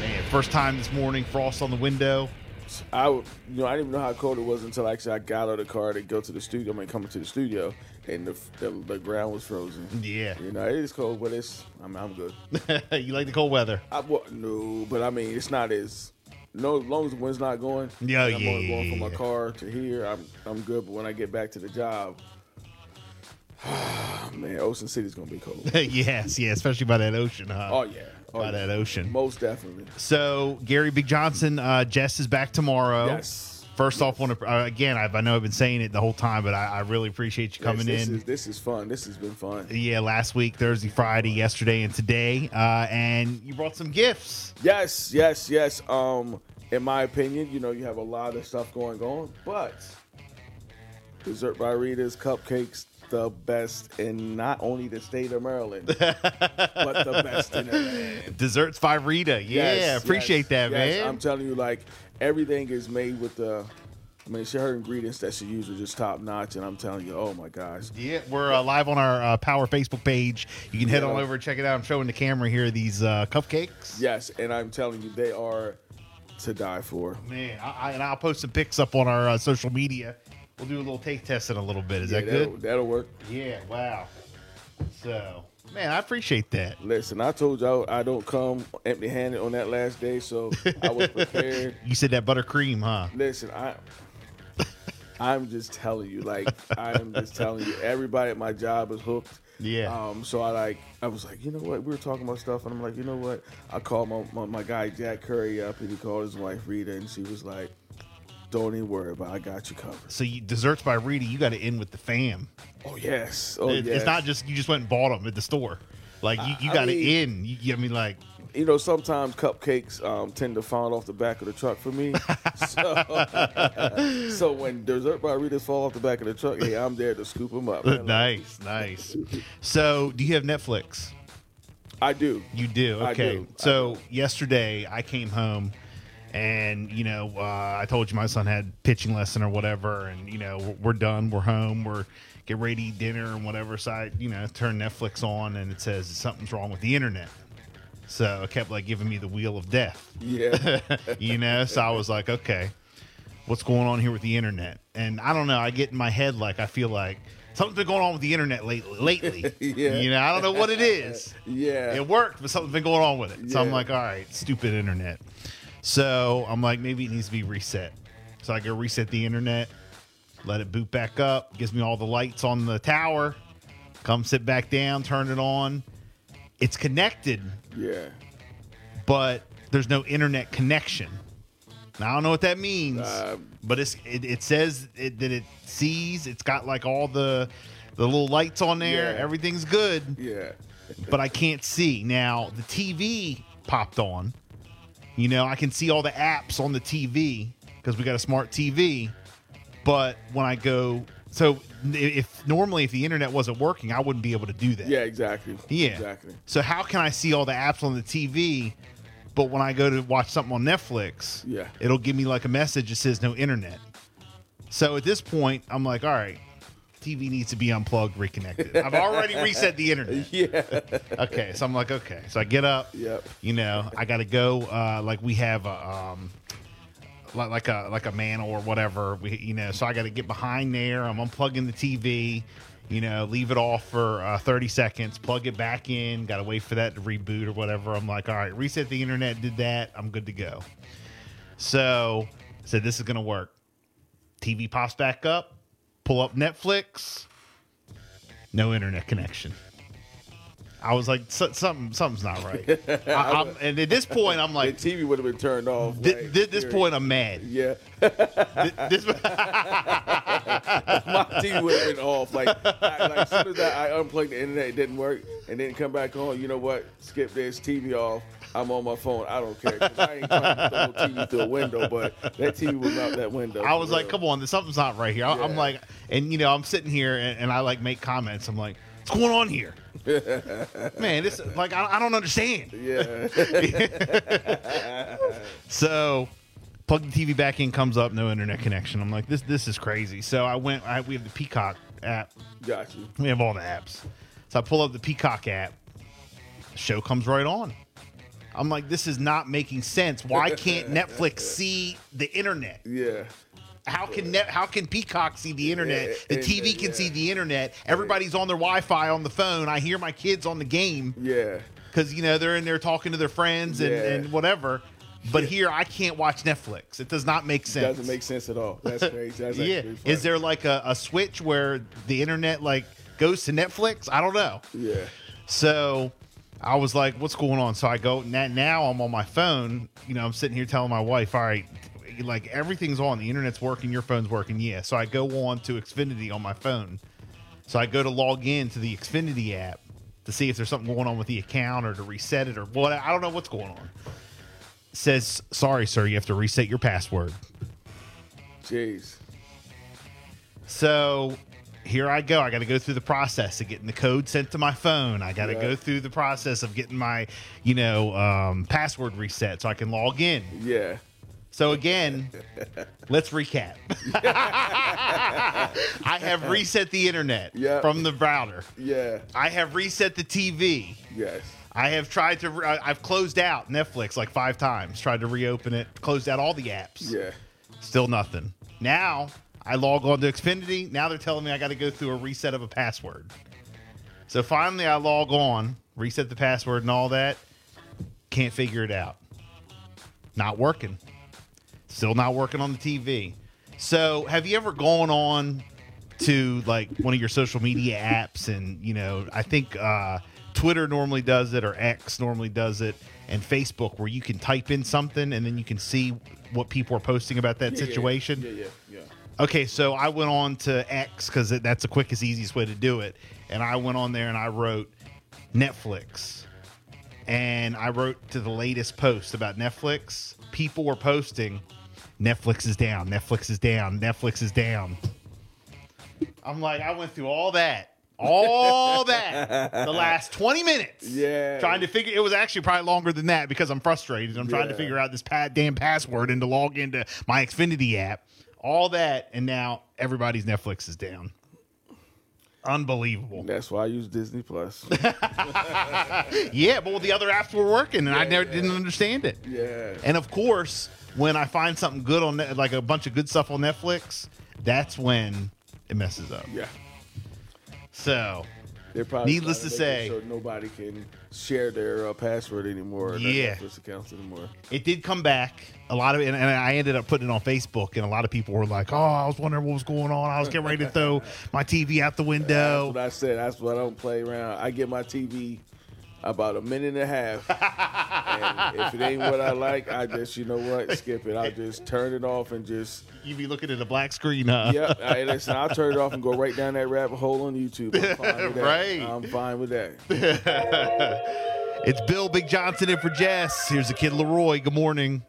Man, first time this morning, frost on the window. I, w- you know, I didn't even know how cold it was until actually I got out of the car to go to the studio. I mean, coming to the studio, and the the, the ground was frozen. Yeah. You know, it is cold, but it's. I mean, I'm good. you like the cold weather? I wa- no, but I mean, it's not as. No, as long as the wind's not going. Yeah, I'm only yeah, going from my yeah. car to here. I'm I'm good. But when I get back to the job, man, Ocean City's gonna be cold. yes, yeah, especially by that ocean, huh? Oh yeah. Oh, By yeah. that ocean. Most definitely. So Gary Big Johnson, uh, Jess is back tomorrow. Yes. First off, want to uh, again, I've, I know I've been saying it the whole time, but I, I really appreciate you coming Yes, this in. Is, this is fun. This has been fun. yeah, last week, Thursday, Friday, yesterday, and today, uh, and you brought some gifts. Yes, yes, yes. Um, in my opinion, you know, you have a lot of stuff going on, but dessert by Rita's cupcakes the best in not only the state of Maryland, but the best in the land. Desserts by Rita. Yeah, Yes, appreciate that, yes, yes. man. I'm telling you, like everything is made with the. I mean, she her ingredients that she uses are just top notch, and I'm telling you, oh my gosh, yeah, we're uh, live on our uh, Power Facebook page. You can head Yeah. on over and check it out. I'm showing the camera here these uh, cupcakes. yes, and I'm telling you, they are to die for. Man, I, I, and I'll post some pics up on our uh, social media. We'll do a little taste test in a little bit. Is that that'll, good? That'll work. Yeah. Wow. So, man, I appreciate that. Listen, I told y'all I don't come empty-handed on that last day, so I was prepared. You said that buttercream, huh? Listen, I, I'm just telling you, like I'm just telling you, everybody at my job is hooked. Yeah. Um. So I like, I was like, you know what? We were talking about stuff, and I'm like, you know what? I called my my, my guy Jack Curry up, and he called his wife Rita, and she was like, "Don't even worry about, it. I got you covered." So you, desserts by Rita, you got to end with the fam. Oh yes. Oh It- yes. It's not just you just went and bought them at the store. Like you, you I got to mean- end. You, you- I mean, like you know, sometimes cupcakes um, tend to fall off the back of the truck for me. so, so when dessert margaritas fall off the back of the truck, hey, I'm there to scoop them up. man. nice, nice. So do you have Netflix? I do. You do. I Okay. do. I So yesterday I came home and, you know, uh, I told you my son had pitching lesson or whatever. And, you know, we're, we're done. We're home. We're get ready to eat dinner and whatever. So I, you know, turn Netflix on and it says something's wrong with the internet. So it kept like giving me the wheel of death. Yeah. you know so i was like okay what's going on here with the internet and i don't know i get in my head like i feel like something's been going on with the internet lately lately Yeah. you know i don't know what it is Yeah. it worked but something's been going on with it so i'm Yeah. like all right stupid internet so i'm like maybe it needs to be reset so i go reset the internet let it boot back up gives me all the lights on the tower come sit back down turn it on it's connected yeah. but there's no internet connection. Now, I don't know what that means, Um, but it's it, it says it, that it sees it's got like all the the little lights on there. Yeah. Everything's good, Yeah. but I can't see. Now the TV popped on. You know, I can see all the apps on the TV because we got a smart TV. But when I go, so i- if normally if the internet wasn't working, I wouldn't be able to do that. Yeah. Exactly. Yeah. Exactly. So how can I see all the apps on the TV, but when I go to watch something on Netflix, Yeah. it'll give me like a message that says no internet. So at this point, I'm like, all right, TV needs to be unplugged, reconnected. I've already reset the internet. Yeah. Okay, so I'm like, okay. So I get up. Yep. You know, I got to go. Uh, like we have a. Um, li- like a like a mantle or whatever, we, you know. So I got to get behind there. I'm unplugging the TV, you know, leave it off for uh, 30 seconds, plug it back in. Got to wait for that to reboot or whatever. I'm like, all right, reset the internet, did that. I'm good to go. So I said, this is gonna work. TV pops back up. Pull up Netflix. No internet connection. I was like, "So- something, something's not right. I, I'm, and at this point, I'm The like, TV would have been turned off. Th- right? th- this point, I'm mad. Yeah. Th- this, My TV would have been off. Like, I, like as soon as I, I unplugged the internet, it didn't work, and then come back on. You know what? Skip this TV off. I'm on my phone. I don't care. 'cause I ain't trying to throw TV through a window, but that TV was out that window. I was for like, real. come on, there's something's not right here. I- I'm Yeah. like, and you know, I'm sitting here and, and I like make comments. I'm like, what's going on here? Man, this like I, I don't understand. Yeah. So, plug the TV back in, comes up, no internet connection. I'm like, this this is crazy. So I went. I, we have the Peacock app. Got you. We have all the apps. So I pull up the Peacock app. The show comes right on. I'm like, this is not making sense. Why can't Netflix see the internet? Yeah. How can net, how can Peacock see the internet? Yeah, The TV can yeah. see the internet. Everybody's on their Wi-Fi on the phone. I hear my kids on the game Yeah. because you know they're in there talking to their friends and, Yeah. and whatever. But here I can't watch Netflix. It does not make sense. Doesn't make sense at all. That's crazy. That's yeah. actually funny. Is there like a, a switch where the internet like goes to Netflix? I don't know. Yeah. So I was like, what's going on? So I go now, now I'm on my phone. You know, I'm sitting here telling my wife, all right, like everything's on. The internet's working, your phone's working. Yeah. So I go on to Xfinity on my phone. So I go to log in to the Xfinity app to see if there's something going on with the account or to reset it or what. I don't know what's going on. Says, sorry, sir, you have to reset your password. Jeez. So here I go. I got to go through the process of getting the code sent to my phone. I got to Yeah. go through the process of getting my, you know, um, password reset so I can log in. Yeah. So again, let's recap. I have reset the internet Yeah. from the router. Yeah. I have reset the TV. Yes. I have tried to. I- I've closed out Netflix like five times. Tried to reopen it. Closed out all the apps. Yeah. Still nothing. Now I log on to Xfinity. Now they're telling me I got to go through a reset of a password. So finally, I log on, reset the password and all that. Can't figure it out. Not working. Still not working on the TV. So have you ever gone on to like one of your social media apps and you know I think uh, Twitter normally does it or X normally does it and Facebook where you can type in something and then you can see what people are posting about that Yeah, yeah, situation. Yeah. Yeah. Yeah. Okay, so I went on to X because that's the quickest, easiest way to do it. And I went on there and I wrote Netflix. And I wrote to the latest post about Netflix. People were posting Netflix is down, Netflix is down, Netflix is down. I'm like, I went through all that, all that, the last 20 minutes. Yeah. Trying to figure, it was actually probably longer than that because I'm frustrated. I'm trying to Yeah. figure out this pa- damn password and to log into my Xfinity app, all that. And now everybody's Netflix is down. Unbelievable. That's why I use Disney Plus. Yeah, but well, the other apps were working, and I never didn't understand it. Yeah. And of course, when I find something good on Net- like a bunch of good stuff on Netflix, that's when it messes up. Yeah. So They're probably Needless trying to make it say- so nobody can share their uh, password anymore. Or their Yeah. Netflix accounts anymore. it did come back. A lot of and, and I ended up putting it on Facebook, and a lot of people were like, "Oh, I was wondering what was going on. I was getting ready to throw my TV out the That's window." what I said. That's what I don't play around. I get my TV about a minute and a half. and if it ain't what I like, I just, you know what, skip it. I'll just turn it off and just, You be looking at a black screen, huh? yep. I, listen, I'll turn it off and go right down that rabbit hole on YouTube. I'm fine with that. Right. I'm fine with that. It's Bill Big Johnson in for Jess. Here's the kid Leroy. Good morning.